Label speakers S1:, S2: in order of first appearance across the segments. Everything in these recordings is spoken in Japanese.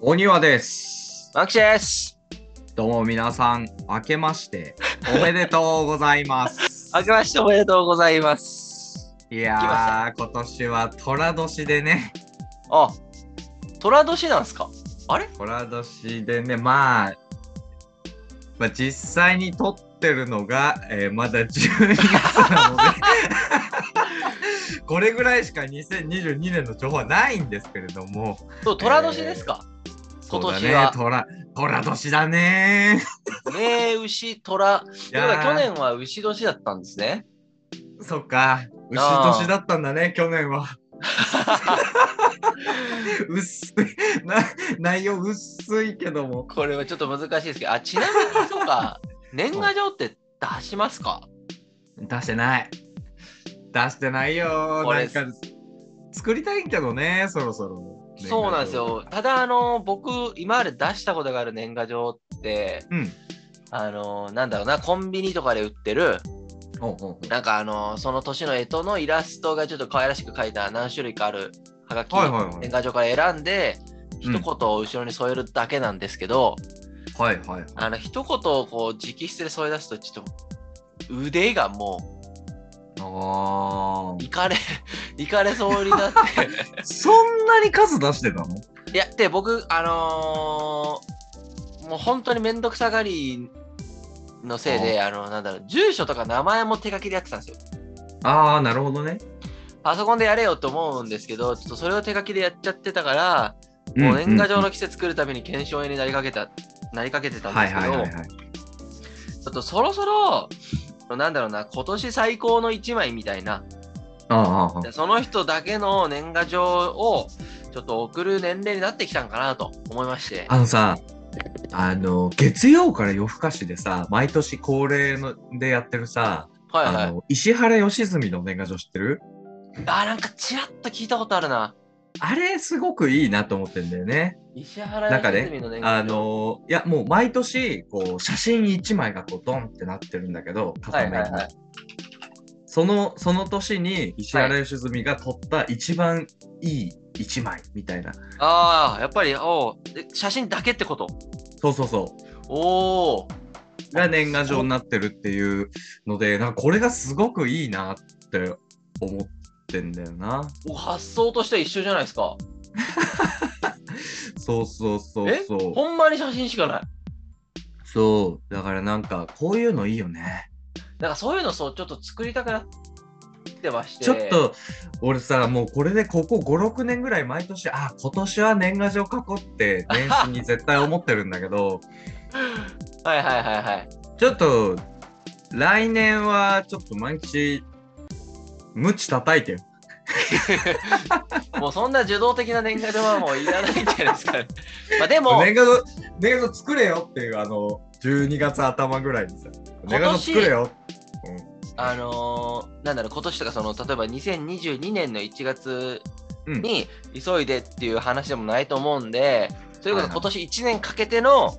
S1: お庭です。
S2: マキシです。
S1: どうも皆さん、明けましておめでとうござい ます。
S2: 明けましておめでとうございます。
S1: い
S2: 来
S1: やー、今年は寅年でね、
S2: あ、虎年なんですかあれ
S1: 寅年でね、まあ、まあ、実際に撮ってるのが、えーまだ12月な ので、これぐらいしか2022年の情報はないんですけれども、
S2: そう、虎年ですか、今年は
S1: そうだね、寅寅年だね
S2: ねえ、牛、虎。
S1: ー。い
S2: だから
S1: やー
S2: 去年は牛年だったんですね。
S1: そっか、牛年だったんだね、去年は。 薄いな内容薄いけども
S2: これはちょっと難しいですけど、あ、ちなみにそうか、年賀状って出しますか
S1: 出してない出してないよ
S2: こ
S1: なん
S2: れ
S1: か作りたいけどねそろそろ
S2: そうなんですよ。ただ、あの、僕、今まで出したことがある年賀状って、
S1: うん
S2: あの、なんだろうな、コンビニとかで売ってる、
S1: おうおう
S2: なんかあのその年の干支のイラストがちょっと可愛らしく描いた何種類かあるはがき、
S1: はいはいはい
S2: 年賀状から選んで
S1: う
S2: 一
S1: ん
S2: 言を後ろに添えるだけなんですけど、
S1: はいはいはい
S2: あの一言をこう直筆で添え出すとちょっと腕がも
S1: あ
S2: ういかれ いかれそうになっ て
S1: ーそんなに数出してたの
S2: いやで僕あのーもう本当に面倒くさがりのせいであのなんだろう住所とか名前も手書きでやってたんですよ
S1: ああなるほどね、
S2: パソコンでやれよと思うんですけどちょっとそれを手書きでやっちゃってたから
S1: うん
S2: もう年賀
S1: う
S2: 状
S1: ん
S2: の季節作るために検証絵になりかけた、なりかけてたん
S1: は
S2: で
S1: い
S2: すけど、
S1: はいはいはい
S2: ちょっとそろそろ、なんだろうな、今年最高の1枚みたいな、
S1: ああああああ
S2: でその人だけの年賀状をちょっと送る年齢になってきたんかなと思いまして、
S1: あのさあの月曜から夜更かしでさ毎年恒例のでやってるさ、
S2: はいはい。
S1: あ
S2: あ
S1: の石原良純の年賀状知ってる
S2: なんかちらっと聞いたことあるな。
S1: あれすごくいいなと思ってんだよね。
S2: 石原
S1: なんかね
S2: 良純の年賀状。
S1: あのいやもう毎年こう写真1枚がこうドンってなってるんだけど
S2: は
S1: 片
S2: い
S1: 面
S2: は
S1: に
S2: いはい。
S1: そのその年に石原良純が撮った一番いい1枚みたいな、
S2: ああ、やっぱり、おうえ写真だけってこと。
S1: そうそうそ
S2: おお。
S1: うが年賀状になってるっていうのでなんかこれがすごくいいなって思ってんだよな。
S2: お発想としては一緒じゃないですか。
S1: そうそうそう
S2: え
S1: そう
S2: ほんまに写真しかない。
S1: そうだからなんかこういうのいいよね。
S2: だからそういうのそうちょっと作りたくなってまして
S1: ちょっと俺さもうこれでここ56年ぐらい毎年あ今年は年賀状書こうって年始に絶対思ってるんだけ ど
S2: はいはいはいはい
S1: ちょっと来年はちょっと毎日無知叩いてよ
S2: もうそんな受動的な年賀状はもういらないんじ ゃないですかねまあでも、
S1: 年賀状年賀状作れよっていうあの12月頭ぐらいにさ年賀状作れよ、
S2: あのーなんだろう今年とかその例えば2022年の1月
S1: うんうん、
S2: に急いでっていう話でもないと思うんでそれこ
S1: はいは
S2: そ
S1: い
S2: 今年1年かけての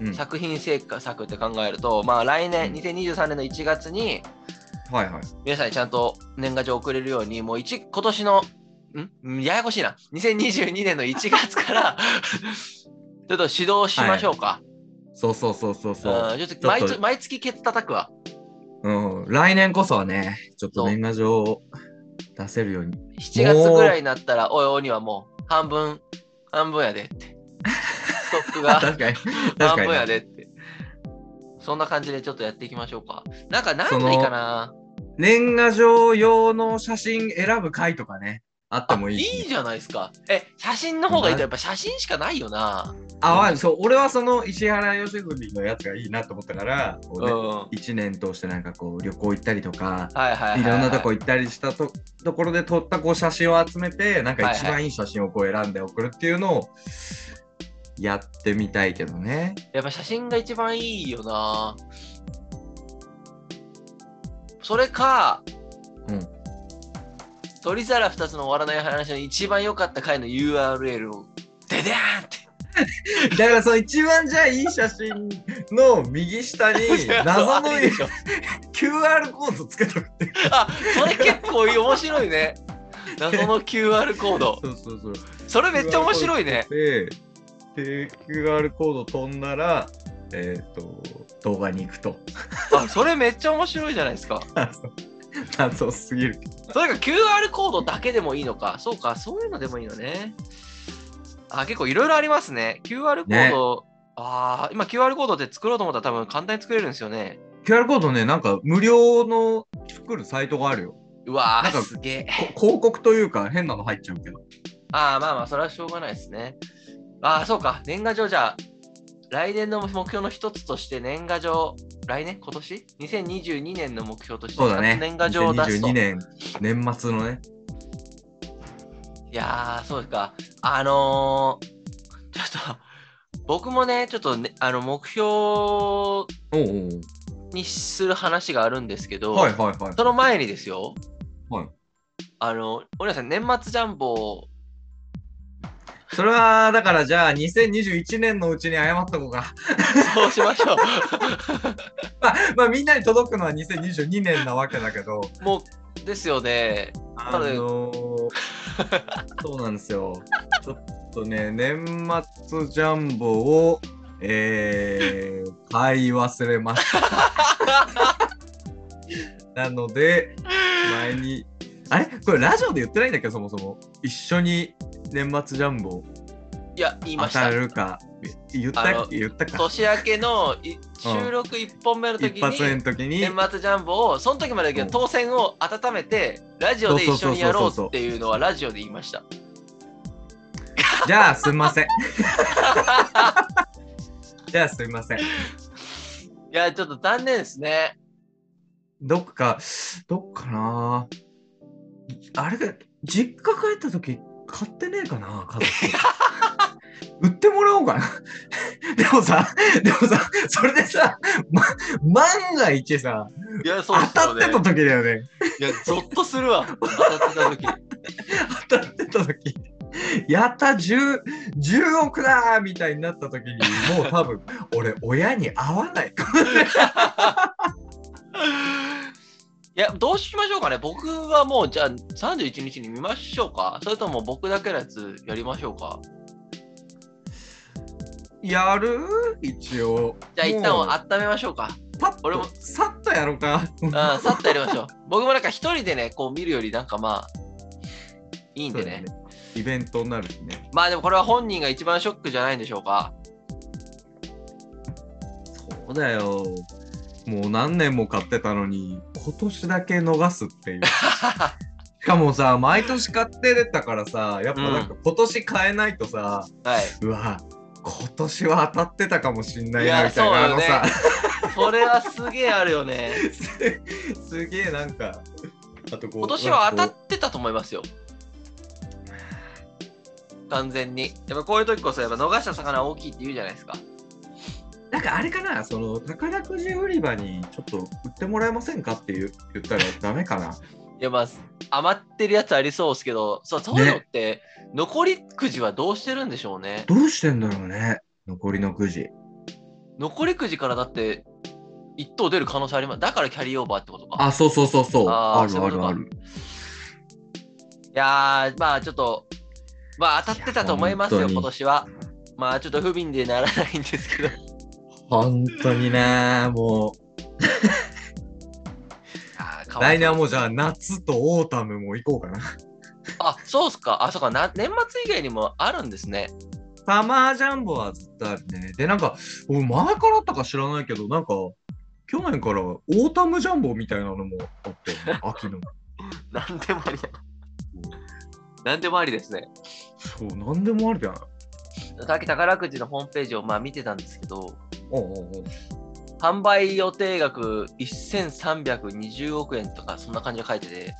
S1: うん
S2: 作品成果作って考えると、まあ来
S1: う
S2: 年
S1: ん
S2: 2023年の1月に
S1: はいはい
S2: 皆さんにちゃんと年賀状送れるように、もう一今年の、んややこしいな、2022年の1月から、 ちょっと指導しましょうか。
S1: そうそうそうそうそう、
S2: うん、ちょっと毎
S1: ちょっ
S2: 月
S1: と
S2: 毎月ケツ叩くわ。
S1: うん、来年こそはねちょっと
S2: そう
S1: 年賀状を出せるように
S2: 7月ぐらいになったら、おいおいにはもう半分、半分やでって。ストックが
S1: 確かに確
S2: 半
S1: かに
S2: 分やでって。そんな感じでちょっとやっていきましょうか。なんか何がいいかな
S1: 年賀状用の写真選ぶ回とかね、あってもいいし、
S2: いいじゃないですか。え、写真の方がいいと、やっぱ写真しかないよな。
S1: あ、わかるそう、俺はその石原良純のやつがいいなと思ったから、こ
S2: う。
S1: うんね
S2: はい
S1: 1年通してなんかこう旅行行ったりとか、
S2: はいはい、はい。
S1: いろんなとこ行ったりしたとところで撮ったこう写真を集めて、なんか一
S2: はいは
S1: 番いい写真をこう選んで送るっていうのをやってみたいけどね。
S2: やっぱ写真が一番いいよなそれか、
S1: うん
S2: 鳥皿2つの終わらない話の一番良かった回の URL をデデーンって
S1: だからその一番じゃあいい写真の右下 に謎の
S2: あれでしょ
S1: QR コードつけとくっていう。
S2: あそれ結構面白いね謎の QR コード
S1: そうそうそう。
S2: それめっちゃ面白いね
S1: でで QR コード飛んだら、えっ、と、動画に行くと。
S2: あ、それめっちゃ面白いじゃないですか。
S1: 謎すぎる。
S2: それが QR コードだけでもいいのか。そうか、そういうのでもいいのね。あ、結構いろいろありますね。QR コード、ああ、今 QR コードって作ろうと思ったら多分簡単に作れるんですよね。
S1: QR コードね、なんか無料の作るサイトがあるよ。
S2: うわ
S1: なん
S2: ー、
S1: か
S2: すげえ。
S1: こ広告というか変なの入っちゃうけど。
S2: ああ、まあまあ、それはしょうがないですね。ああ、そうか。年賀状じゃあ、来年の目標の一つとして年賀状、来年今年 ?2022 年の目標として
S1: そうだね。
S2: 年賀状を出すと。
S1: 2022年、年末のね。
S2: いやー、そうか。あのー、ちょっと、僕もね、ちょっとね、あの、目標
S1: おうおう
S2: にする話があるんですけど、
S1: はいはいはい。
S2: その前にですよ。
S1: はい。
S2: あの、おさん、年末ジャンボ、
S1: それは、だからじゃあ、2021年のうちに謝っとこうか。
S2: そうしましょ
S1: まあ、まあ、みんなに届くのは2022年なわけだけど、
S2: う。もう、ですよね。
S1: あのー、 そうなんですよ。ちょっとね、年末ジャンボを、えー、買い忘れま した。なので、前に、あれこれラジオで言ってないんだっけど、そもそも。一緒に年末ジャンボ
S2: いや、言い
S1: 当
S2: ました
S1: た。るか。言っ
S2: あ
S1: た
S2: の
S1: 言ったか。
S2: 年明けのい収録1本目の時
S1: 一
S2: に、
S1: 発目の時に。
S2: 年末ジャンボをその時までだけ
S1: う
S2: ど
S1: ん
S2: 当選を温めてラジオで一緒にやろうっていうのはラジオで言いました
S1: じゃあすみません。 じゃあすみません。
S2: いやちょっと残念ですね
S1: どっか、どっかなあれが、実家帰った時買ってねえかな家 族売ってもらおうかな。 でもさ、でもさ、それでさ、ま、万が一さ、
S2: いやそう
S1: 当
S2: です
S1: たって
S2: よね
S1: た時だよね。
S2: いやゾッとするわ当たってた時
S1: 当たってた時。やった 10, 10億だーみたいになった時にもう多 分俺親に会わないかも
S2: いやどうしましょうかね僕はもうじゃあ31日に見ましょうかそれとも僕だけのやつやりましょうか
S1: やる一応。
S2: じゃあ一
S1: もう
S2: 旦温めましょうか
S1: パッと
S2: 俺も
S1: さっとやろうか。
S2: うんさっとやりましょう 僕もなんか一人でねこう見るよりなんかまあいいんでね
S1: そうだねイベントになるしね。
S2: まあでもこれは本人が一番ショックじゃないんでしょうか。
S1: そうだよ。もう何年も買ってたのに、今年だけ逃すって いう。しかもさ、毎年買ってたからさ、やっぱなんか今年買えないとさ、
S2: は
S1: うわ、今年は当たってたかもしんない
S2: い
S1: な
S2: や
S1: みたいな、
S2: そうよね
S1: あのさ、
S2: い。それはすげえあるよね。
S1: すすげえなんか、あとこう
S2: 今年は当
S1: な
S2: た
S1: ん
S2: っ
S1: か
S2: てたと思いますよ。完全に。やっぱこういう時こそやっぱ逃した魚は大きいって言うじゃないですか。
S1: こうなんかあれかな、その宝くじ売り場にちょっと売ってもらえませんかって言う言ったらダメかな。
S2: いやまあ余ってるやつありそうですけど、そうそういうのって残りくじはどうしてるんでしょうね。
S1: どうしてんだろうね、残りのくじ。
S2: 残りくじからだって一等出る可能性あります。だからキャリーオーバーってことか。
S1: あ、そうそうそうそう。
S2: あー
S1: ある
S2: そうい
S1: あ
S2: うこと
S1: る
S2: か
S1: ある。
S2: いやー、まあちょっと、まあ当たってたと思います
S1: いや
S2: よ、
S1: 本当に
S2: 今年は。まあちょっと不憫でならないんですけど。
S1: 本当にね、もう。 来年はもうじゃあ夏とオータムも行こうかな。
S2: あ、そうっすか。あ、そうかな。年末以外にもあるんですね。
S1: サマージャンボはずっとあるね。で、なんか、俺前からあったか知らないけど、なんか、去年からオータムジャンボみたいなのもあ って、秋の。
S2: なんでもありだ。なんでもありですね。
S1: そう、なんでもあるじゃん。
S2: さっき宝くじのホームページをまあ見てたんですけど、
S1: おうおうおう
S2: 販売予定額1320億円とか、そんな感じで書いてて、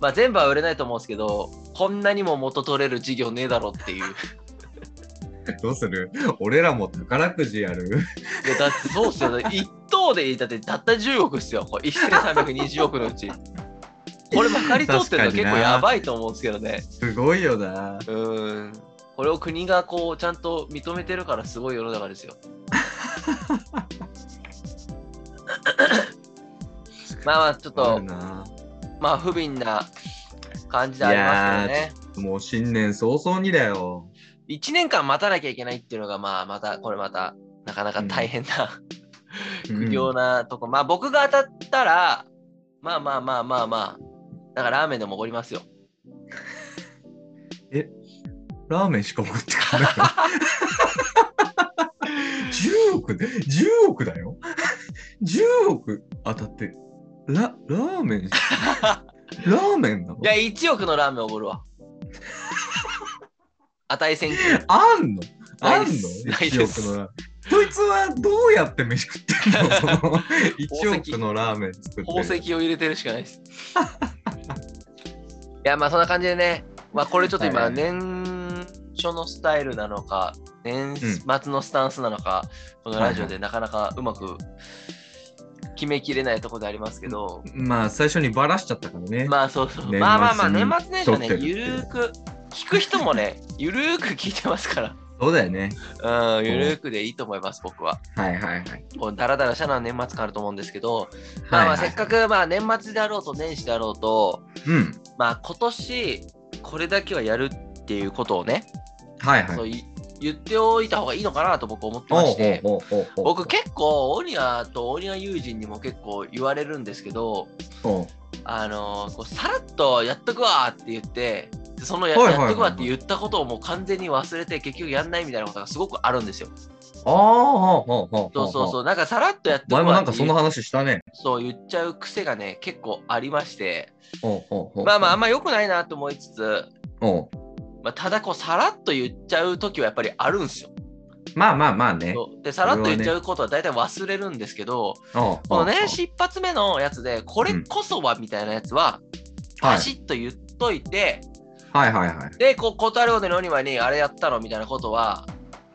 S2: まあ全部は売れないと思うんですけど、こんなにも元取れる事業ねえだろっていう。
S1: どうする俺らも宝くじやる。
S2: いやだってそうっすよ、ね、1等でいいだってたった10億っすよこれ1320億のうちこれまかり通っ
S1: 確
S2: てるの
S1: かに
S2: 結
S1: な
S2: 構やばいと思うんですけどね
S1: すごいよな。
S2: うーんこれを国がこうちゃんと認めてるからすごい世の 中ですよまあまあちょっ
S1: あ
S2: と
S1: るな。
S2: まあ不憫な感じでありますけど
S1: い
S2: ね
S1: もう新年早々にだよ。
S2: い1年間待たなきゃいけないっていうのが、まあ、また、これまた、なかなか大変な、
S1: うん
S2: 苦行なとこ。まあ、僕が当たったら、まあまあまあまあまあ、だからラーメンでもおごりますよ。
S1: ラーメンしか送ってこないから。10億 で、10億だよ。10億当たって、ラ、ラーメン、 ラーメンなの
S2: いや、1億のラーメンおご るわ。値選挙。
S1: あんのあ
S2: ない
S1: んの
S2: ですないで
S1: ?1 億
S2: す
S1: のラーメン。そいつはどうやって飯食ってんの
S2: 宝
S1: ?1
S2: 石
S1: 億のラーメン作ってる。
S2: 宝石を入れてるしかな いです。いや、まあそんな感じでね、まあこれちょっと
S1: は
S2: 今、
S1: い
S2: 年初のスタイルなのか、年末のスタンスなのか、このラジオでなかなかうまく決めきれないところでありますけど、
S1: まあ、最初にバラしちゃったからね。
S2: まあそうそう、
S1: 年末に
S2: まあまあまあ、年末年始はね
S1: 撮、ってるっ
S2: ゆ
S1: て
S2: る
S1: いう
S2: ーく、聞く人 もね、ゆるーく聞いてますか
S1: そうだよね。
S2: ら、うん、ゆるーくでいいと思います、僕は。
S1: はいはいはい。
S2: こうダラダラしたのは年末感あると思うんですけど、まあまあ
S1: はいは
S2: せ
S1: い
S2: っかくまあ年末であろうと年始であろうと、
S1: うん。
S2: まあ今年これだけはやるっていうことをね、
S1: はいはい。
S2: そう
S1: う
S2: い言っておいた方がいいのかなと僕思ってまして、
S1: おうおうおうおう
S2: 僕結構オニアとオニア友人にも結構言われるんですけど、
S1: おう
S2: あのーこうさらっとやっとくわって言って、でそのや,、
S1: はいはいはいはい
S2: やっとくわって言ったことをもう完全に忘れて結局やんないみたいなことがすごくあるんですよ。
S1: ああ、ほうほうほうほ
S2: そうそう
S1: う。
S2: そう、なんかさらっとやっとくわ
S1: 前
S2: っ
S1: も
S2: て
S1: なんかそんな話したね。
S2: そう言っちゃう癖がね、結構ありまして、
S1: おうおうおう
S2: まあまあ、あんま良くないなと思いつつ、
S1: おう
S2: まあ、ただこう、さらっと言っちゃう時はやっぱりあるんですよ。
S1: まあまあまあね。
S2: そうで、さらっと言っちゃうことは大体忘れるんですけ
S1: お
S2: ど、
S1: う
S2: こ
S1: おう
S2: のね、一発目のやつで、これこそはみたいなやつは、
S1: はい
S2: パシッと言っといて、
S1: はいはいはい。
S2: で、こう、断るごとにお庭に、あれやったのみたいなことは、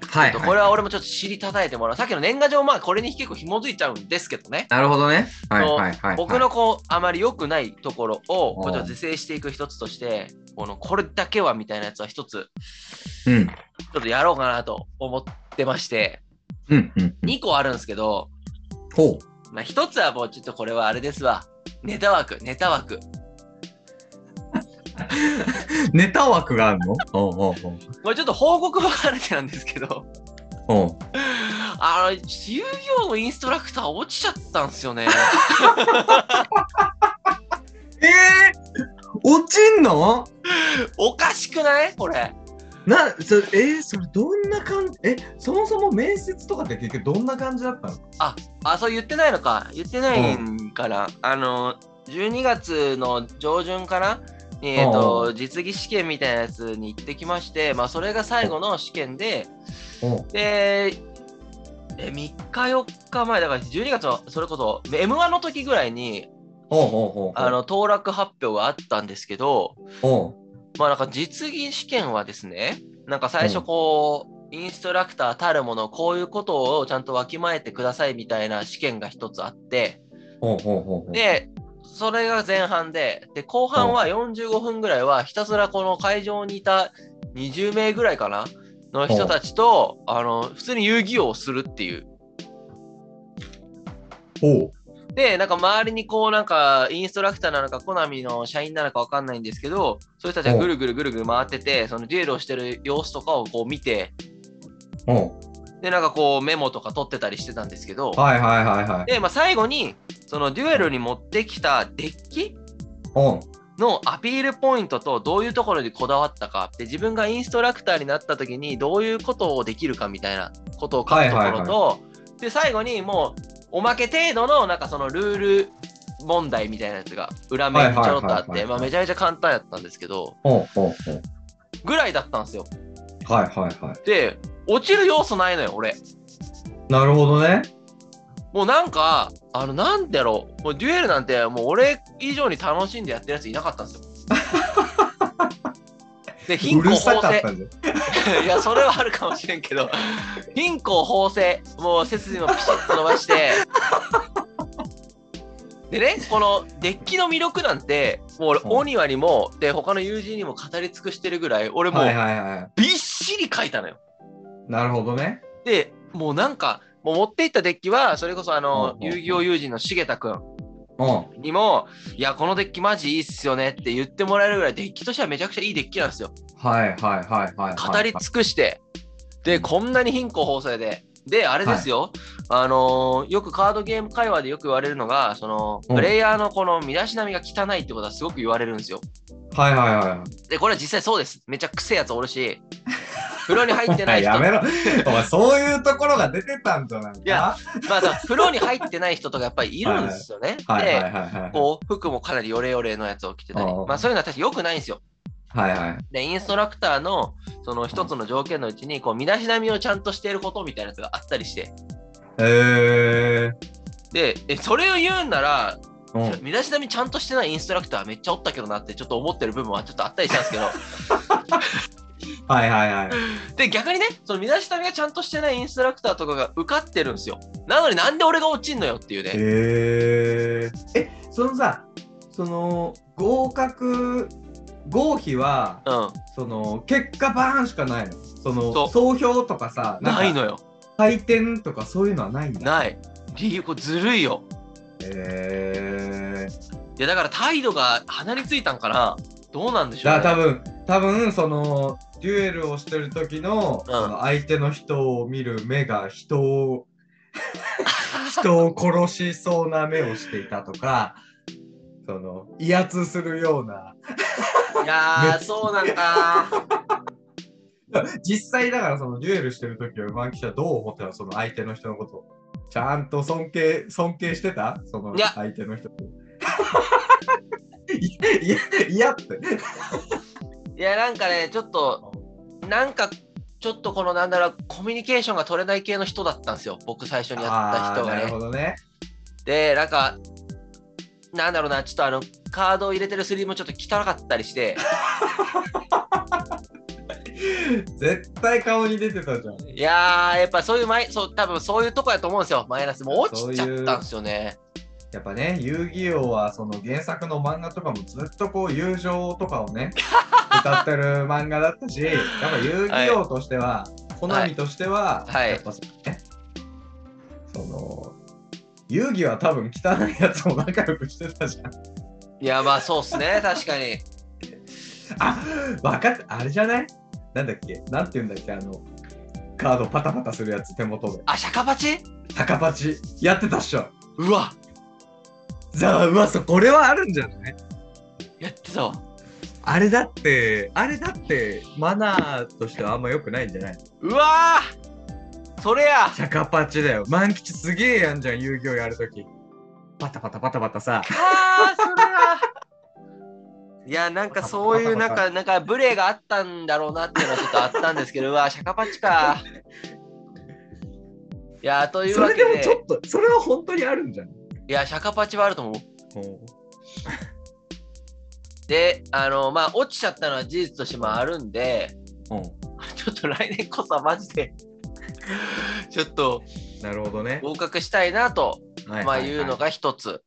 S1: はい、
S2: ち
S1: は
S2: ょっと
S1: い。
S2: これは俺もちょっと尻叩いてもらう。さっきの年賀状、まあ、これに結構紐づいちゃうんですけどね。
S1: なるほどね。はい
S2: そう
S1: はいはい。
S2: 僕のこうあまり良くないところを
S1: うん
S2: これを是正していく一つとしてこのこれだけはみたいなやつは一つ
S1: うん。
S2: ちょっとやろうかなと思ってまして
S1: うんうん。うん
S2: 2個あるんですけど、
S1: ほう。
S2: まあ、一つはもうちょっとこれはあれですわネタ枠ネタ枠
S1: ネタ枠があるのおうおう
S2: これちょっと報告も兼ねてなんですけど
S1: おうおう
S2: あの遊戯王のインストラクター落ちちゃったんですよね
S1: えー、落ちんの
S2: おかしくないこれ
S1: なそえー、それどんな感じえそもそも面接とかって結局どんな感じだったの
S2: あそう言ってないのか言ってないんから、あの12月の上旬かなにえっ
S1: うんう
S2: と実技試験みたいなやつに行ってきまして、まあ、それが最後の試験で
S1: おう
S2: でえ3日4日前だから12月のそれこそ m 1の時ぐらいに
S1: おうおうおう
S2: あの当落発表があったんですけど、
S1: おう
S2: まあ、なんか実技試験はですねなんか最初こう、インストラクターたるものこういうことをちゃんとわきまえてくださいみたいな試験が一つあって、
S1: おうおうおう
S2: で、それが前半で、で、後半は45分ぐらいは、ひたすらこの会場にいた20名ぐらいかなの人たちと、あの、普通に遊戯王をするっていう。
S1: おう
S2: で、なんか周りにこう、なんか、インストラクターなのか、コナミの社員なのかわかんないんですけど、そういう人たちがぐるぐるぐるぐる回ってて、そのデュエルをしてる様子とかをこう見て、
S1: おう
S2: で、なんかこう、メモとか取ってたりしてたんですけど、
S1: はいはいはいはい
S2: で、まあ最後に、そのデュエルに持ってきたデッキ
S1: おう
S2: のアピールポイントとどういうところにこだわったかで自分がインストラクターになった時にどういうことをできるかみたいなことを書くとこ
S1: はい
S2: ろと、
S1: はい
S2: で最後にもうおまけ程度のなんかそのルール問題みたいなやつが裏面にちょろっとあ
S1: はい
S2: っ
S1: はいはい
S2: て
S1: はい
S2: まあめちゃめちゃ簡単やったんですけど
S1: おうおうおう
S2: ぐらいだったんですよ
S1: はいはいは
S2: で落ちる要素ないのよ俺
S1: いなるほどね
S2: もうなんかあのなんだろうもうデュエルなんてもう俺以上に楽しんでやってるやついなかった んですよで貧
S1: う
S2: 困
S1: るさ
S2: 法
S1: かっ
S2: 制
S1: たんじゃん
S2: いや、それはあるかもしれんけど、貧困法制、もう背筋もピシッと伸ばして、でね、このデッキの魅力なんて、もう俺、
S1: うん
S2: お庭にも、で、他の友人にも語り尽くしてるぐらい、俺も
S1: はいうはいは
S2: びっしり書いたのよ。
S1: いなるほどね
S2: で、もうなんか、もう持っていったデッキは、それこそあの、
S1: うんうんうん
S2: 遊戯王友人の重田くん
S1: うん。
S2: にも、いや、このデッキマジいいっすよねって言ってもらえるぐらい、デッキとしてはめちゃくちゃいいデッキなんですよ。
S1: はいはいはいはいはい。
S2: 語り尽くして、で、こんなに貧困法制で、で、あれですよ、あのーよくカードゲーム会話でよく言われるのが、その、
S1: うん
S2: プレイヤーのこの身だしなみが汚いってことはすごく言われるんですよ。
S1: はいはいはい。
S2: で、これは実際そうです。めちゃくせえやつおる し、風呂に入ってない人
S1: やめろ。お前、そういうところが出てたんじゃないか
S2: いやまあさ、風呂に入ってない人とかやっぱりいるんですよね。
S1: はいはい
S2: で、
S1: はいはい。
S2: こう、服もかなりヨレヨレのやつを着てたり、
S1: うんうん
S2: まあそういうのは確か良くないんですよ。
S1: はいはい。
S2: で、インストラクターのその一つの条件のうちに、こう、身だしなみをちゃんとしていることみたいなやつがあったりして、
S1: え
S2: で、えそれを言うんなら、
S1: ー。うん。
S2: 身だしなみちゃんとしてないインストラクターめっちゃおったけどなってちょっと思ってる部分はちょっとあったりしたんですけど、
S1: はいはいはい。
S2: で、逆にね、その身だしなみがちゃんとしてないインストラクターとかが受かってるんですよ。なのになんで俺が落ちんのよっていうね。
S1: えー。え、そのさ、その、合格、合否は、
S2: うん、
S1: その、結果バーンしかないの。そ
S2: そ
S1: の、
S2: う
S1: 総評とかさ、んか
S2: ないのよ。
S1: 採点とかそういうのはないんだ。
S2: ない。理由、これずるいよ。
S1: えー。
S2: いやだから態度が離れついたんかなどうなんでしょう、ね、
S1: だから多分多分そのデュエルをしてる時の,、
S2: うん
S1: その相手の人を見る目が人を 人を殺しそうな目をしていたとかその威圧するようない
S2: やーそうなんだ
S1: 実際だからそのデュエルしてる時はマンキシはどう思ってたのその相手の人のことちゃんと尊敬尊敬してたその
S2: いや
S1: 相手の人 いやいやって
S2: いやなんかねちょっとなんかちょっとこのなんだろうコミュニケーションが取れない系の人だったんですよ僕最初にやっ
S1: あ
S2: た人
S1: ー
S2: が
S1: なる
S2: ね
S1: ほどね
S2: でなんかなんだろうなちょっとあのカードを入れてるスリーもちょっと汚かった りして
S1: 絶対顔に出てたじゃん
S2: いやーやっぱそういうマイそう多分そういうとこやと思うんですよマイナスもう落ちちゃったんですよね
S1: やっぱね、遊戯王はその原作の漫画とかもずっとこう友情とかを ね、歌ってる漫画だったし、やっぱ遊戯王としては、コナミとしては、
S2: はい
S1: やっぱそのね、その、遊戯は多分汚いやつも仲良くしてたじゃん。
S2: いやまあそうっすね確かに
S1: あ、分かった、あれじゃないなんだっけなんて言うんだっけあの、カードパタパタするやつ手元で。
S2: あ釈迦鉢
S1: 高パチやってたっしょ。
S2: うわ
S1: じゃあ、うわ、そこれはあるんじゃない
S2: やってたわ
S1: あれだって、あれだって、マナーとしてはあんま良くないんじゃないう
S2: わーそれ や
S1: シャカパチだよ。万吉すげえやんじゃん、遊戯王やるとき。パタパタパタパタさ。
S2: あーそれやいやなんかそういうなん かなんか無礼があったんだろうなっていうのはちょっとあったんですけどうわシャカパ チかいやという
S1: そ
S2: わ
S1: れ
S2: け
S1: で
S2: で
S1: もちょっと、それは本当にあるんじゃん。
S2: いやシャカパチはあると思うであのまあ落ちちゃったのは事実としてもあるんで
S1: う
S2: ちょっと来年こそはマジで ちょっと
S1: ん。なるほどね。
S2: 合格したいなと、
S1: は
S2: まあ、いうの、が一つ、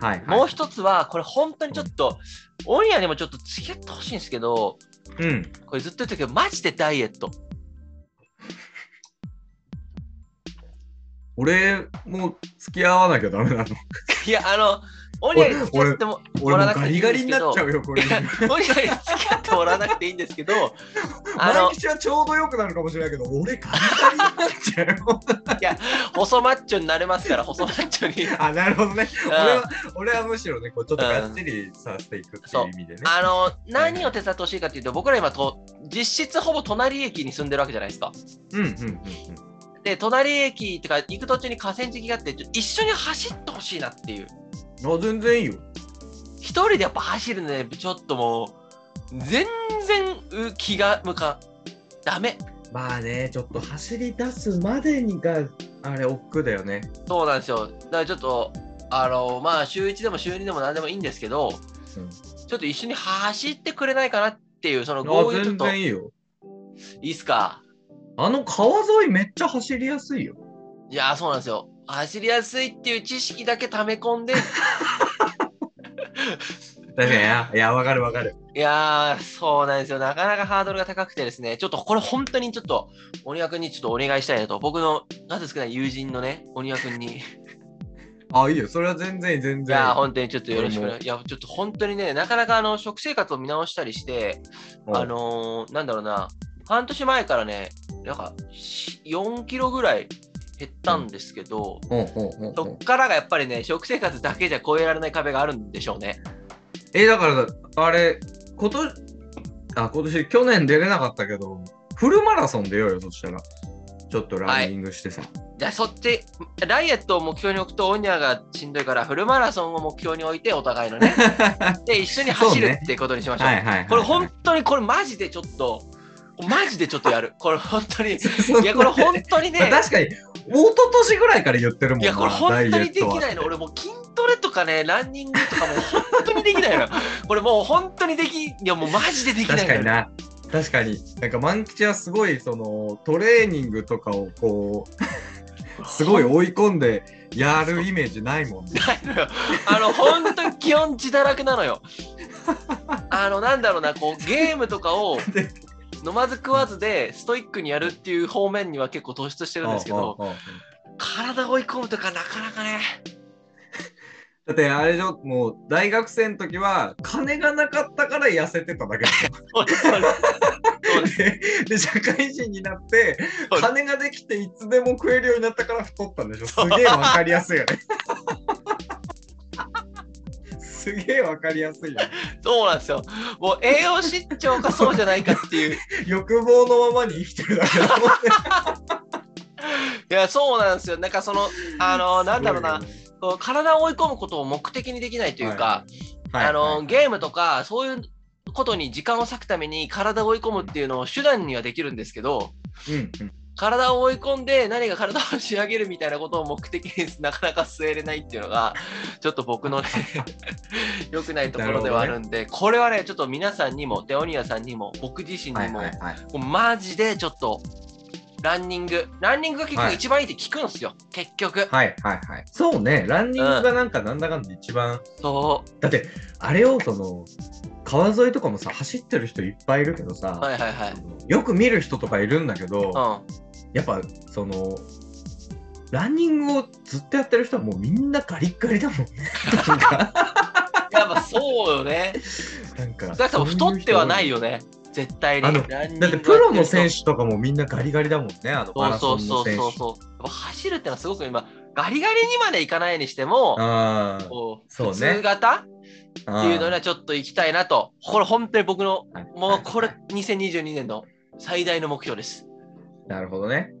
S1: はいはい、
S2: もう一つは、これ本当にちょっと、オンエアにもちょっと付き合ってほしいんですけど、
S1: うん。
S2: これずっと言ってるけど、マジでダイエット。
S1: 俺も付き合わなきゃダメなの。
S2: いや、あの、オンエアに付き合ってもも
S1: 俺
S2: らわ
S1: も
S2: なく
S1: ガ
S2: ていい
S1: リガリ
S2: んです
S1: に
S2: け
S1: な
S2: ど
S1: っちゃ、うよ、こ
S2: い
S1: れ。
S2: や オンエアに付き合ってもらわなくていいんですけど、 あ
S1: 万
S2: の、
S1: 吉はちょうど良くなるかもしれないけど、俺ガリガリになっちゃうよ。
S2: 細マッチョになれますから、細マッチョに。
S1: あ、なるほどね。
S2: うん
S1: 俺は、俺はむしろね、こうちょっとがっちりさせていくっていう意味でね。
S2: あの、何を手伝ってほしいかっていうと、僕ら今と、実質ほぼ隣駅に住んでるわけじゃないですか。
S1: うんうんうんうん。
S2: で、隣駅ってか、行く途中に河川敷があって、ちょ一緒に走ってほしいなっていう。
S1: あ全然いいよ。
S2: 一人でやっぱ走るのねちょっともう全然う気が向かんダメ
S1: まあね、ちょっと走り出すまでにが、あれ、億劫だよね。
S2: そうなんですよだからちょっとあのまあ週1でも週2でも何でもいいんですけどちょっと一緒に走ってくれないかなっていうその合
S1: あ
S2: 意をちょっ
S1: 全
S2: と
S1: 然
S2: い
S1: いいよ。
S2: いっすか
S1: あの川沿いめっちゃ走りやすいよ。
S2: いやーそうなんですよ走りやすいっていう知識だけ溜め込んで
S1: 確かに、いや、いやわかるわかる。
S2: いやーそうなんですよなかなかハードルが高くてですねちょっとこれ本当にちょっと 鬼輪君にちょっとお願いしたいなと僕の数少ない友人のね鬼輪君に
S1: あ、いいよ。それは全然いい、全
S2: い
S1: 然いい。
S2: や、本当にちょっとよろしく
S1: 俺
S2: ね。いや、ちょっと本当にね、なかなかあの食生活を見直したりして、
S1: うん
S2: あのーなんだろうな、半年前からね、なんかし4キロぐらい減ったんですけど、
S1: うんうんうんう
S2: そ
S1: ん
S2: っからがやっぱりね、食生活だけじゃ超えられない壁があるんでしょうね。
S1: え、だから、あれ、今年、あ、今年、去年出れなかったけど、フルマラソン出ようよ、そしたら。ちょっとランニングしてさ。
S2: じゃあそっち、ダイエットを目標に置くと、オニャがしんどいから、フルマラソンを目標に置いて、お互い のね。で、一緒に走るってことにしましょう。
S1: はい、はいはいはい
S2: こ れ本当に、これマジでちょっと、マジでちょっとやる。これ本当に、い
S1: 当
S2: や、これ本 当にね、
S1: 確かに、一昨年ぐらいから言ってるもんな。
S2: いや、これ本当にでき
S1: ダイ
S2: な
S1: エッ
S2: いの。
S1: トは
S2: 俺もう筋トレとかね、ランニングとかもう本当にできないのよ。これもう本当にでき、いやもうマジでできない
S1: 確かに
S2: のよ。
S1: な。確かに。なんか、万吉はすごい、その、トレーニングとかを、こう、すごい追い込んでやるイメージないもんね。
S2: ないのよ。あの、本当に基本自堕落なのよ。あの、なんだろうな、こう、ゲームとかを
S1: で
S2: 飲まず食わずでストイックにやるっていう方面には結構突出してるんですけど、
S1: うんうんうん
S2: 体追い込むとかなかなかね、
S1: だってあれじゃもう大学生の時は金がなかったから痩せてただけ
S2: そうですそうですそうです
S1: でで社会人になって
S2: そう
S1: 金ができていつでも食えるようになったから太ったん でしょすげえわかりやすいよねすげえわかりやすいよね
S2: そうなんですよ。もう栄養失調かそうじゃないかっていう。
S1: 欲望のままに生きてるだけだもんね
S2: いや、そうなんですよ。なんかその、あの、なんだろうな
S1: す、
S2: こう体を追い込むことを目的にできないというか、
S1: ごいよね、
S2: あの、
S1: はい
S2: ゲームとか、そういうことに時間を割くために体を追い込むっていうのを手段にはできるんですけど、
S1: うんうん
S2: 体を追い込んで何か体を仕上げるみたいなことを目的になかなか据えれないっていうのが、ちょっと 僕のね、良くないところではあるんで、これはね、ちょっと皆さんにも、デオニアさんにも、僕自身にも、
S1: はいはいはい
S2: もうマジでちょっと、ランニング、ランニングが結
S1: は
S2: 構
S1: い
S2: 一番いいって聞くんですよ、結局。
S1: はいはいはいそうねランニングがなんかなんだかんだ一番、
S2: そ
S1: だってあれをその川沿いとかもさ走ってる人いっぱいいるけどさ、
S2: う。はいはいはい。
S1: よく見る人とかいるんだけど、
S2: うん。
S1: やっぱそのランニングをずっとやってる人はもうみんなガリッガリだもんねなんか
S2: やっぱそうよね。
S1: なんか
S2: だから太ってはない
S1: よ
S2: よね。絶対
S1: あ
S2: に
S1: の。
S2: ランニング
S1: だってプロの選
S2: 手
S1: 手とかもみんなガリガリだもんねあのマ
S2: そう
S1: ラソ
S2: そう
S1: ン
S2: そ
S1: の
S2: う
S1: 選手
S2: そうそう。やっぱ走るってのはすごく今、ガリガリにまでいかないにしても、
S1: あー
S2: こう
S1: そうね
S2: 普通型っ
S1: あ
S2: ていうのにはちょっと行きたいなと。これ本当に僕の、
S1: はい
S2: もうこれ2022年の最大の目標です。
S1: なるほどね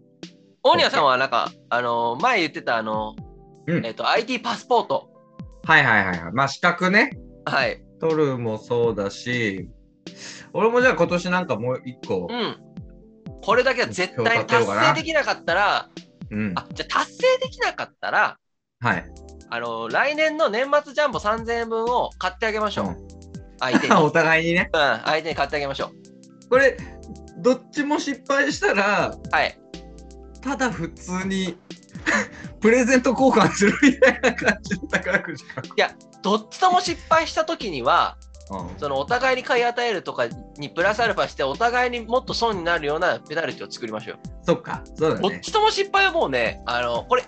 S2: 大庭さんはなんか、あの、前言ってたあの、
S1: うん
S2: えっと、IT パスポート。
S1: はいはいはいはいまあ資格ね
S2: はい。
S1: 取るもそうだし俺もじゃあ今年なんかもう一個
S2: う、ん。これだけは絶対に達成できなかったら、
S1: うん、
S2: あ、じゃあ達成できなかったら、
S1: はい
S2: あの来年の年末ジャンボ3000円分を買ってあげましょう、
S1: うん
S2: 相手に、う ん、
S1: お互いにね
S2: 相手に買ってあげましょ
S1: これどっちも失敗したら
S2: うはい
S1: ただ普通に プレゼント交換するみたいな感じで宝くじ買う
S2: どっちとも失敗した時には
S1: う
S2: そのお互いに買い与えるとかにプラスアルファしてお互いにもっと損になるようなペナルティを作りましょうよ、
S1: ん、そっかそうだ
S2: どっ
S1: ね
S2: ちとも失敗はもうねあのこれ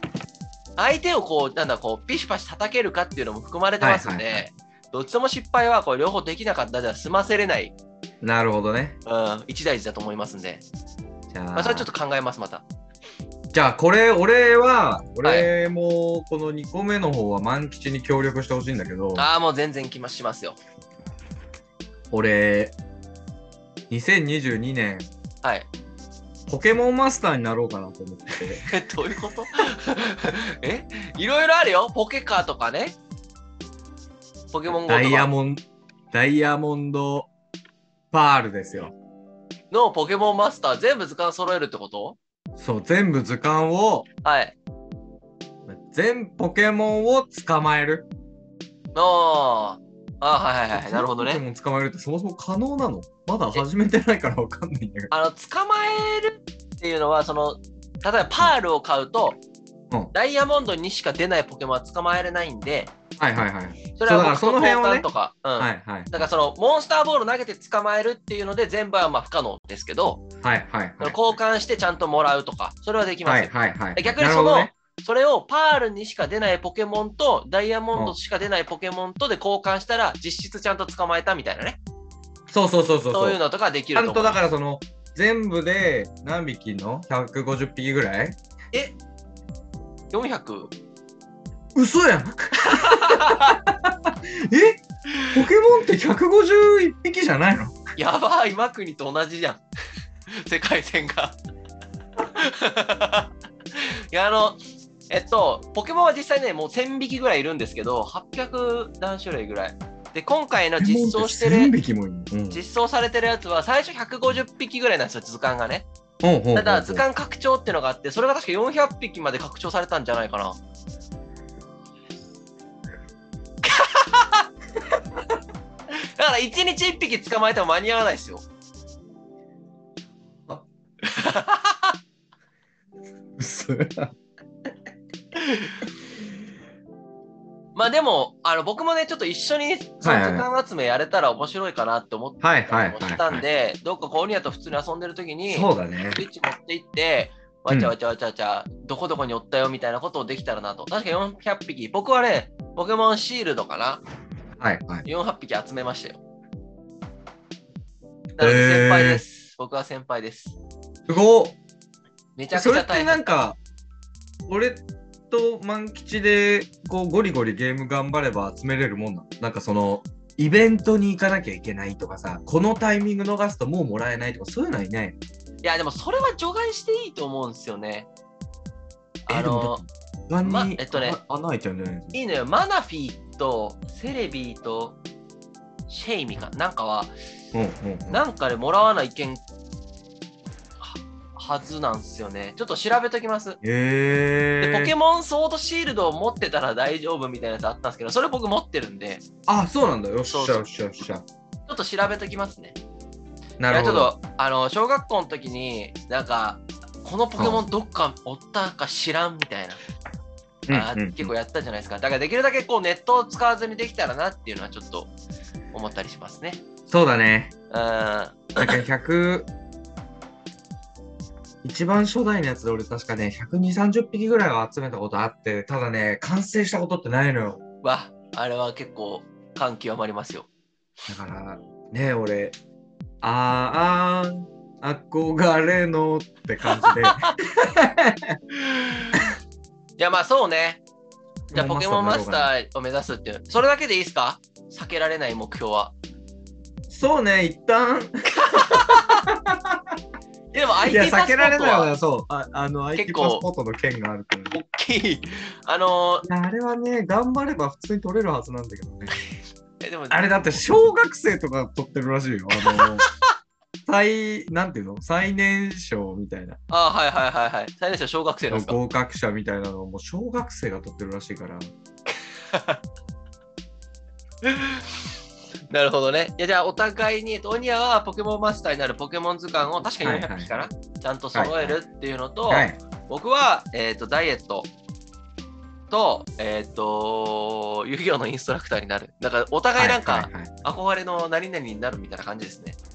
S2: 相手をこうなんだこうピシパシ叩けるかっていうのも含まれてますんで、
S1: はいはいは
S2: どっちとも失敗はこう両方できなかったじゃ済ませれない、
S1: なるほどね
S2: うん、一大事だと思いますんで、
S1: じゃあ,、
S2: まあ、それはちょっと考えますまた
S1: じゃあこれ俺は俺もこの2個目の方は満吉に協力してほしいんだけど
S2: ああもう全然気ましますよ
S1: 俺2022年
S2: はい
S1: ポケモンマスターになろうかなと思ってて
S2: えどういうこと えいろいろあるよ。ポケカーとかね。ポケモン GO
S1: ダイ
S2: と
S1: ヤ
S2: か
S1: モンダイヤモンドパールですよ
S2: のポケモンマスター全部図鑑揃えるってこと
S1: そう全部図鑑を
S2: はい。
S1: 全ポケモンを捕まえる
S2: あーあー、はいはいはい。なるほど
S1: ポケ
S2: ね。
S1: モン捕まえるってそもそも可能なのまだ始めてないからわかんないんだけど。
S2: あの、捕まえるっていうのは、その、例えばパールを買うと、
S1: うん
S2: ダイヤモンドにしか出ないポケモンは捕まえれないんで、
S1: はいはいはい。
S2: それは僕
S1: そうだからそ
S2: と
S1: の
S2: 交
S1: 辺をね
S2: 換とか、うん。
S1: はいはい。
S2: だからそのモンスターボール投げて捕まえるっていうので全部はまあ不可能ですけど、
S1: はいはいはい。
S2: 交換してちゃんともらうとかそれはできますよ
S1: はいはいはい。
S2: 逆に
S1: なる
S2: そ
S1: ほ
S2: の、
S1: どね
S2: それをパールにしか出ないポケモンとダイヤモンドしか出ないポケモンとで交換したら実質ちゃんと捕まえたみたいなね。
S1: そうそうそうそう
S2: そう
S1: そう
S2: いうのとかでき
S1: ち
S2: る
S1: ゃ
S2: と
S1: ん
S2: 思
S1: と
S2: う。
S1: だからその全部で何匹いんの ?150 匹ぐらい
S2: え ?400?
S1: 嘘やんえポケモンって151匹じゃないの
S2: やばい、マクニと同じじゃん。 世界線が。いや、あの、えっと、ポケモンは実際ね、もう1000匹ぐらいいるんですけど、800何種類ぐらい。で、今回の実装して
S1: ポケモンっ1000
S2: る、
S1: 匹もいるの、うん
S2: 実装されてるやつは最初150匹ぐらいなんですよ、図鑑がね。
S1: うんうんうんうん
S2: ただ、図鑑拡張ってのがあって、それが確か400匹まで拡張されたんじゃないかな。 だから、1日1匹捕まえても間に合わないですよ。
S1: 嘘や
S2: まあでも、あの僕もね、ちょっと一緒にその図
S1: はいはい
S2: 鑑集めやれたら面白いかなって思って
S1: はい
S2: た
S1: はい
S2: り
S1: はい、
S2: も
S1: はい、
S2: したんで、どっかこう、オニアと普通に遊んでる時に、
S1: そうだね
S2: スイッチ持って行って、わちゃわちゃわちゃわちゃ、どこどこにおったよみたいなことをできたらなと。確か400匹、僕はね、ポケモンシールドかな、
S1: はいはい
S2: 400匹集めましたよ。なので先輩です。僕は先輩です。
S1: すごっ
S2: めちゃく
S1: そ
S2: ち
S1: れ
S2: ゃ
S1: って
S2: 大
S1: な
S2: 変。
S1: んか俺と万吉でこうゴリゴリゲーム頑張れば集めれるもんなのなんかそのイベントに行かなきゃいけないとかさこのタイミング逃すともうもらえないとかそういうのはいない
S2: いや、でもそれは除外していいと思うんですよね。
S1: え
S2: あ
S1: でもだっ、不安
S2: の
S1: に、
S2: まえっとね
S1: あ穴開いちゃうんじゃないの
S2: いいのよ、マナフィーとセレビーとシェイミかなんかは、
S1: うんうんうん
S2: なんかでもらわないけんははずなんですよね。ちょっと調べときます。
S1: へ
S2: で
S1: え
S2: ポケモンソードシールドを持ってたら大丈夫みたいなやつあったんですけど、それ僕持ってるんで、ち
S1: あそうなんだよっしゃ
S2: そうそう
S1: よっしゃよっしゃ
S2: ょっと調べときますね。
S1: なるほ
S2: いやち
S1: ど
S2: ょっとあの小学校の時になんかこのポケモンどっかおったか知らんみたいな、あ
S1: う
S2: ー
S1: んうん
S2: 結構やったじゃないですかだからできるだけこうネットを使わずにできたらなっていうのはちょっと思ったりしますね
S1: そうだね
S2: うんあ
S1: なんか100一番初代のやつで俺確かね12030匹ぐらいは集めたことあってただね完成したことってないのよ
S2: わあれは結構感極まりますよ
S1: だからね俺あーあー憧れのって感じで
S2: いやまあそうねじゃあポケモンマス
S1: ー
S2: ターを目指すっていうそれだけでいいですか避けられない目標は
S1: そうね一旦
S2: いやでも
S1: いや
S2: IT
S1: 避
S2: パス
S1: け
S2: ポ
S1: られ
S2: ー
S1: ない
S2: ト
S1: わ
S2: は
S1: よそうああの IT
S2: 結
S1: パ
S2: 構
S1: スポートの件があるから
S2: 大きいあの
S1: いやあれはね頑張れば普通に取れるはずなんだけどね
S2: えでも
S1: あれだって小学生とか撮ってるらしいよ。あの 最、なんていうの最年少みたいな。
S2: あはいはいはいはい。最年少小学生なんですか。
S1: 合格者みたいなのをもう小学生が撮ってるらしいから。
S2: なるほどね。いやじゃあお互いに、えっとオニアはポケモンマスターになるポケモン図鑑を確かに400匹かな、
S1: は
S2: ちゃんと揃えるっていうのと、
S1: はい。
S2: 僕は、えっとダイエットと、えっと遊戯王のインストラクターになる。だからお互いなんか、
S1: はいはいはい
S2: 憧れの何々になるみたいな感じですね。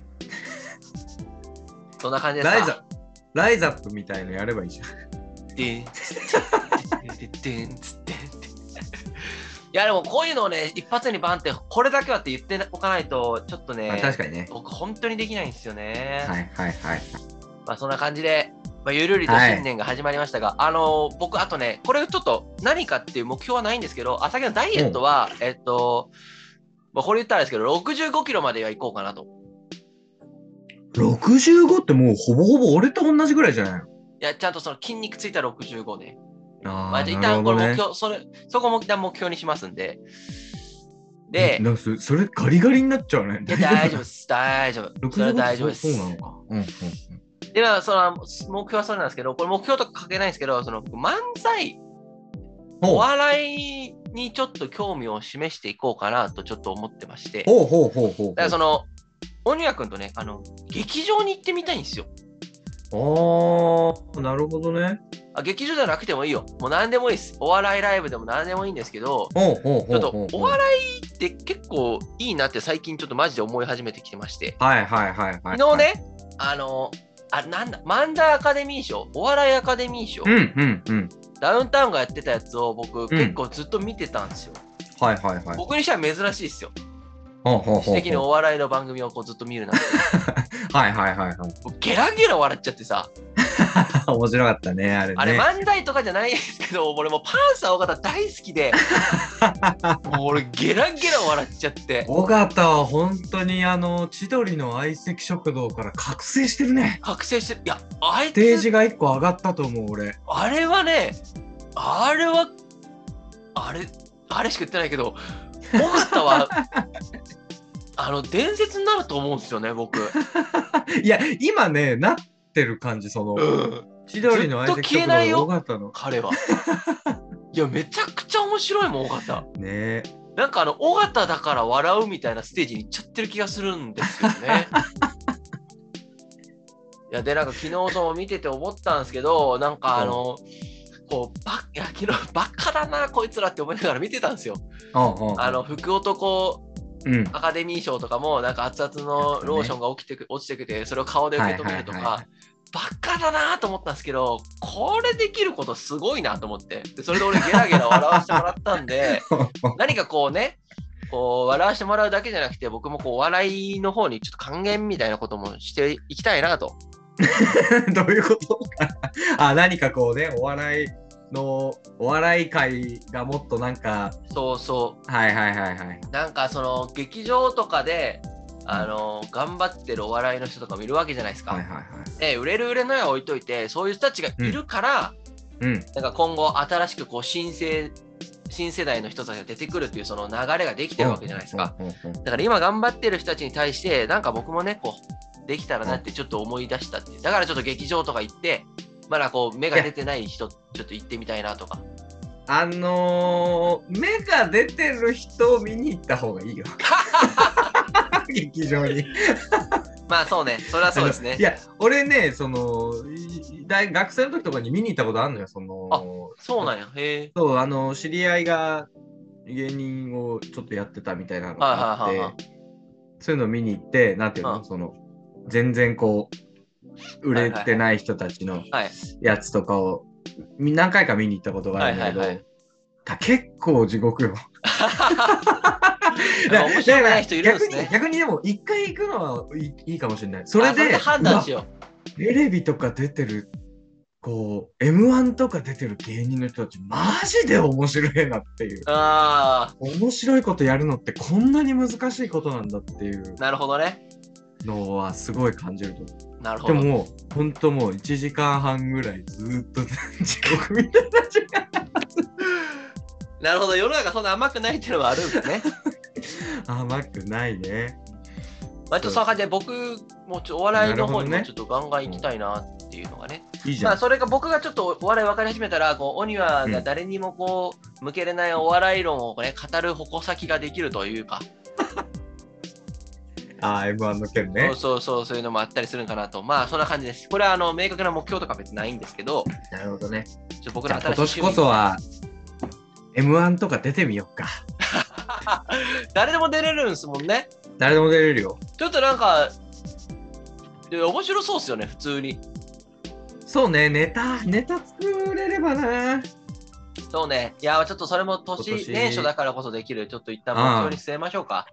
S2: そんな感じです
S1: ライ
S2: か
S1: ザ、ライザップみたいのやればいいじゃん。
S2: でんつってでんつってでんつっていやでもこういうのをね一発にバンってこれだけはって言っておかないとちょっとね
S1: あ確かにね。
S2: 僕本当にできないんですよね、
S1: はいはいはい。
S2: まあそんな感じで、まあ、ゆるりと新年が始まりましたが、あのー僕あとねこれちょっと何かっていう目標はないんですけどあ先のダイエットは、えっとまあこれ言ったらですけど65キロまでは行こうかなと
S1: 65ってもうほぼほぼ俺と同じぐらいじゃないの
S2: いやちゃんとその筋肉ついたら65ね
S1: あ
S2: まあ、じゃあ一旦これ目標、それ、そこも一旦目標にしますんで。で、
S1: で、そそれガリガリになっちゃうね。
S2: いや大丈夫 です、大丈夫。それは大丈夫で
S1: そうなの
S2: す。
S1: か。うんうんうん。
S2: で、まあその目標はそれなんですけど、これ目標とか関係ないんですけど、その漫才、お
S1: ほう
S2: 笑いにちょっと興味を示していこうかなとちょっと思ってまして、だか
S1: ほうほうほうほうほう。
S2: らその、オニヤ君とね、あの、劇場に行ってみたいんですよ。
S1: ああ、なるほどね。
S2: あ劇場じゃなくてもいいよ。もう何でもいいです。お笑いライブでも何でもいいんですけど、
S1: ほうほうほうほうほ
S2: ちょっと
S1: う
S2: お笑いって結構いいなって最近ちょっとマジで思い始めてきてまして、
S1: はいはいはいはい。
S2: 昨日。ね、あの、あ、なんだ、漫才アカデミー賞、お笑いアカデミー賞
S1: うんうんうん。
S2: ダウンタウンがやってたやつを僕、
S1: ん
S2: 結構ずっと見てたんですよ。
S1: はいはいはい。
S2: 僕にしては珍しいですよ。
S1: ほうほうほうほう
S2: 的にお笑いの番組をこうずっと見るなんて。
S1: はいはいはい はい。
S2: 僕ゲラゲラ笑っちゃってさ、
S1: 面白かったね、あれね。
S2: あれ漫才とかじゃないですけど、俺もうパンサー尾形大好 きで、もう俺ゲラゲラ笑っちゃって。
S1: 尾形は本当にあの千鳥の相席食堂から覚醒してるね
S2: 覚醒してる。いや、あい
S1: ステー
S2: つ、
S1: ジが1個上がったと思う俺
S2: あれはね、あれは、あれ、あれしか言ってないけど、尾 形は、あの、伝説になると思うんですよね、僕。
S1: いや今ねなってる感じその、
S2: うん。
S1: 千鳥の相席食堂の尾形の
S2: 彼は。いや、めちゃくちゃ面白いもん、尾形。
S1: ねえ
S2: なんかあの、尾形だから笑うみたいなステージに行っちゃってる気がするんですよね。いや、で、なんか昨日その見てて思ったんですけど、なんかあの、こう、ばいや、昨日、ばっかだな、こいつらって思いながら見てたんですよ。
S1: あああ
S2: あの、福男
S1: うん
S2: アカデミー賞とかも、なんか熱々のローションが起きてく、落ちてきて、それを顔で受け止めると
S1: はいはいはいは
S2: か、ばっかだなと思ったんですけど、これできることすごいなと思って、でそれで俺ゲラゲラ笑わせてもらった んで、何かこうね、こう笑わせてもらうだけじゃなくて、僕もこう笑いの方にちょっと還元みたいなこともしていきたいなと。
S1: どういうことあ何かこうねお笑いのお笑い界がもっとなんか
S2: そうそ、
S1: はいはいはいはいう
S2: なんかその劇場とかで、あの頑張ってるお笑いの人とかもいるわけじゃないですか。
S1: はいはいはい
S2: で売れる売れないは置いといてそういう人たちがいるから、
S1: うん
S2: なんか今後新しくこう新生新世代の人たちが出てくるっていうその流れができてるわけじゃないですか、
S1: うんうんうん
S2: だから今頑張ってる人たちに対してなんか僕もねこうできたらなってちょっと思い出したっていうだからちょっと劇場とか行ってまだこう目が出てない人ちょっと行ってみたいなとか
S1: あのー、目が出てる人を見に行った方がいいよ。劇場に。
S2: まあそうねそれはそうですね
S1: いや、俺ね、その、い大学生の時とかに見に行ったことあるのよ、そ
S2: あ
S1: の、
S2: そうなんやへえ
S1: そう、あの、知り合いが芸人をちょっとやってたみたいなのが
S2: はいは
S1: あ
S2: いはいは
S1: って、そういうのを見に行って、なんていう
S2: う
S1: の、
S2: ん
S1: その、全然こう、売れてない人たちの
S2: はい
S1: やつとかを、み何回か見に行ったことがあるんだけど、
S2: はいはいは
S1: た結構地獄よ。
S2: やっぱ面白く ない人いるんです
S1: だから
S2: ね
S1: 逆に逆にでも一回行くのはいいいいかもしれないそれ
S2: あそれ
S1: で
S2: で判断し
S1: う
S2: よ
S1: わテレビとか出てるこう m 1とか出てる芸人の人たちマジで面白いなっていう
S2: うあ
S1: 面白いことやるのってこんなに難しいことなんだっていう
S2: あなるほどね
S1: のはすごい感じると
S2: なるほ
S1: で
S2: ど
S1: ももうほんともう1時間半ぐらいずーっと地獄みたいな時間
S2: なるほど、世の中そんな甘くないっていうのはあるんですね。
S1: 甘くないね
S2: まあ、ちょっとそんな感じで、僕もちょっとお笑いの方に
S1: な
S2: も
S1: るほどね
S2: ちょっとガンガン行きたいなっていうのがね。
S1: いいじ
S2: ま
S1: ゃ
S2: あ、
S1: ん
S2: それが僕がちょっとお笑い分かり始めたら、こう、オニワが誰にもこう、向けれないお笑い論をね、語る矛先ができるというか、
S1: あー m 1の件ね
S2: そうそうそう、そういうのもあったりするんかなと。まあ、そんな感じです。これは、あの、明確な目標とか別にないんですけど、ちょ
S1: なるほどね
S2: っと僕
S1: じ
S2: の
S1: ゃあ今
S2: 新し
S1: 年
S2: い
S1: こ
S2: 趣味
S1: そは M1 とか出てみようか。
S2: 誰でも出れるんですもんね。
S1: 誰でも出れるよ。
S2: ちょっとなんか、いや面白そうっすよね、普通に。
S1: そうね、ネタ、ネタ作れればな。
S2: そうね。いや、ちょっとそれも年、
S1: 今年
S2: 年初だからこそできる、ちょっと一旦目標に据えましょうか。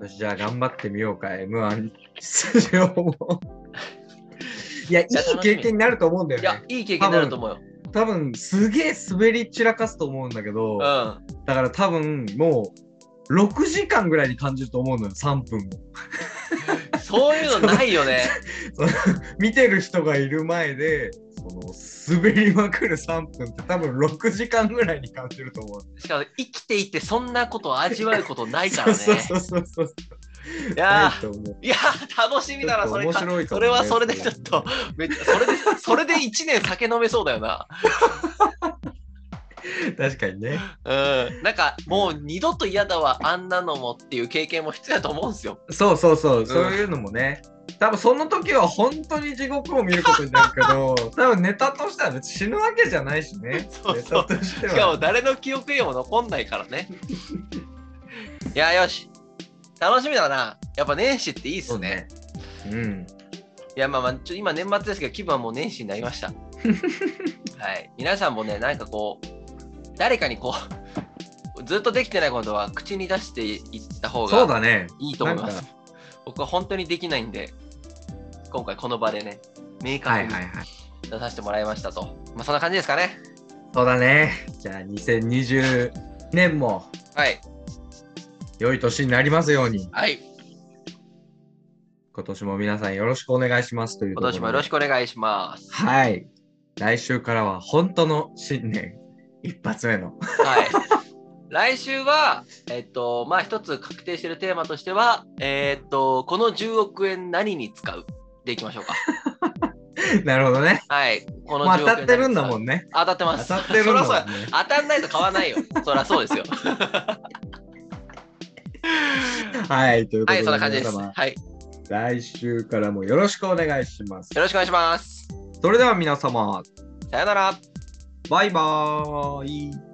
S1: よし、じゃあ頑張ってみようか、M1 出場も。いや、いい
S2: や楽しみ
S1: 経験になると思うんだ
S2: い
S1: よ
S2: や
S1: ね。、
S2: いい経験になると思うよ。
S1: 多分、すげえ滑り散らかすと思うんだけど、
S2: うん。
S1: だから多分、もう、6時間ぐらいに感じると思うのよ、3分も。
S2: そういうのないよね。
S1: 見てる人がいる前で、その、滑りまくる3分って多分6時間ぐらいに感じると思う。
S2: しかも生きていてそんなことを味わうことないから ね。
S1: そうそうそうそう。
S2: いや
S1: ないと思う
S2: いや、楽しみだな、それ
S1: ちょっと面白
S2: か。
S1: いか
S2: そ
S1: もね
S2: れはそれでちょっと、めっちゃ、それで、それで1年酒飲めそうだよな。
S1: 確かにね。
S2: うん。なんか、もう二度と嫌だわ、あんなのもっていう経験も必要だと思うんですよ。
S1: そうそうそう、そういうのもね。多分その時は本当に地獄を見ることになるけ ど、多分ネタとしては別に死ぬわけじゃないしね。
S2: そうそう
S1: ネタとして
S2: しかも
S1: は。
S2: 誰の記憶にも残んないからね。いや、よし。楽しみだな。やっぱ年始っていいっすね。。
S1: うん。
S2: いや、まあまあ、ちょ今年末ですけど、気分はもう年始になりました。はい、皆さんもね、何かこう、誰かにこう、ずっとできてないことは口に出していった方
S1: そう
S2: が
S1: だね。
S2: いいと思いま
S1: なん
S2: す。僕は本当にできないんで、今回この場でね、明
S1: は
S2: 確
S1: い
S2: に
S1: はいはい。
S2: 出させてもらいましたと。まあそんな感じですかね。
S1: そうだね。じゃあ2020年も
S2: はい。
S1: 良い年になりますように、
S2: はい。
S1: 今年も皆さんよろしくお願いしますというとこ
S2: 今
S1: ろで
S2: 年もよろしくお願いします。
S1: はい。来週からは本当の新年一発目の。
S2: はい。来週は、えっと、まあ、一つ確定してるテーマとしては、えっと、この10億円何に使うでいきましょうか。
S1: なるほどね。
S2: はい。この
S1: まあ、当たってるんだも
S2: ね。
S1: んね。
S2: 当たってま
S1: 当
S2: す。
S1: たってるんだ
S2: そら
S1: もん
S2: そう
S1: ね。
S2: 当たんないと買わないよ。 そりゃそうですよ。
S1: はい。というこ
S2: は
S1: とで、
S2: い、そんな感じで
S1: 皆
S2: す。
S1: 様
S2: はい。よ
S1: 来週からもよろしくお願いします。
S2: ろしくお願いします。
S1: それでは皆様、
S2: さよなら。
S1: バイバーイ。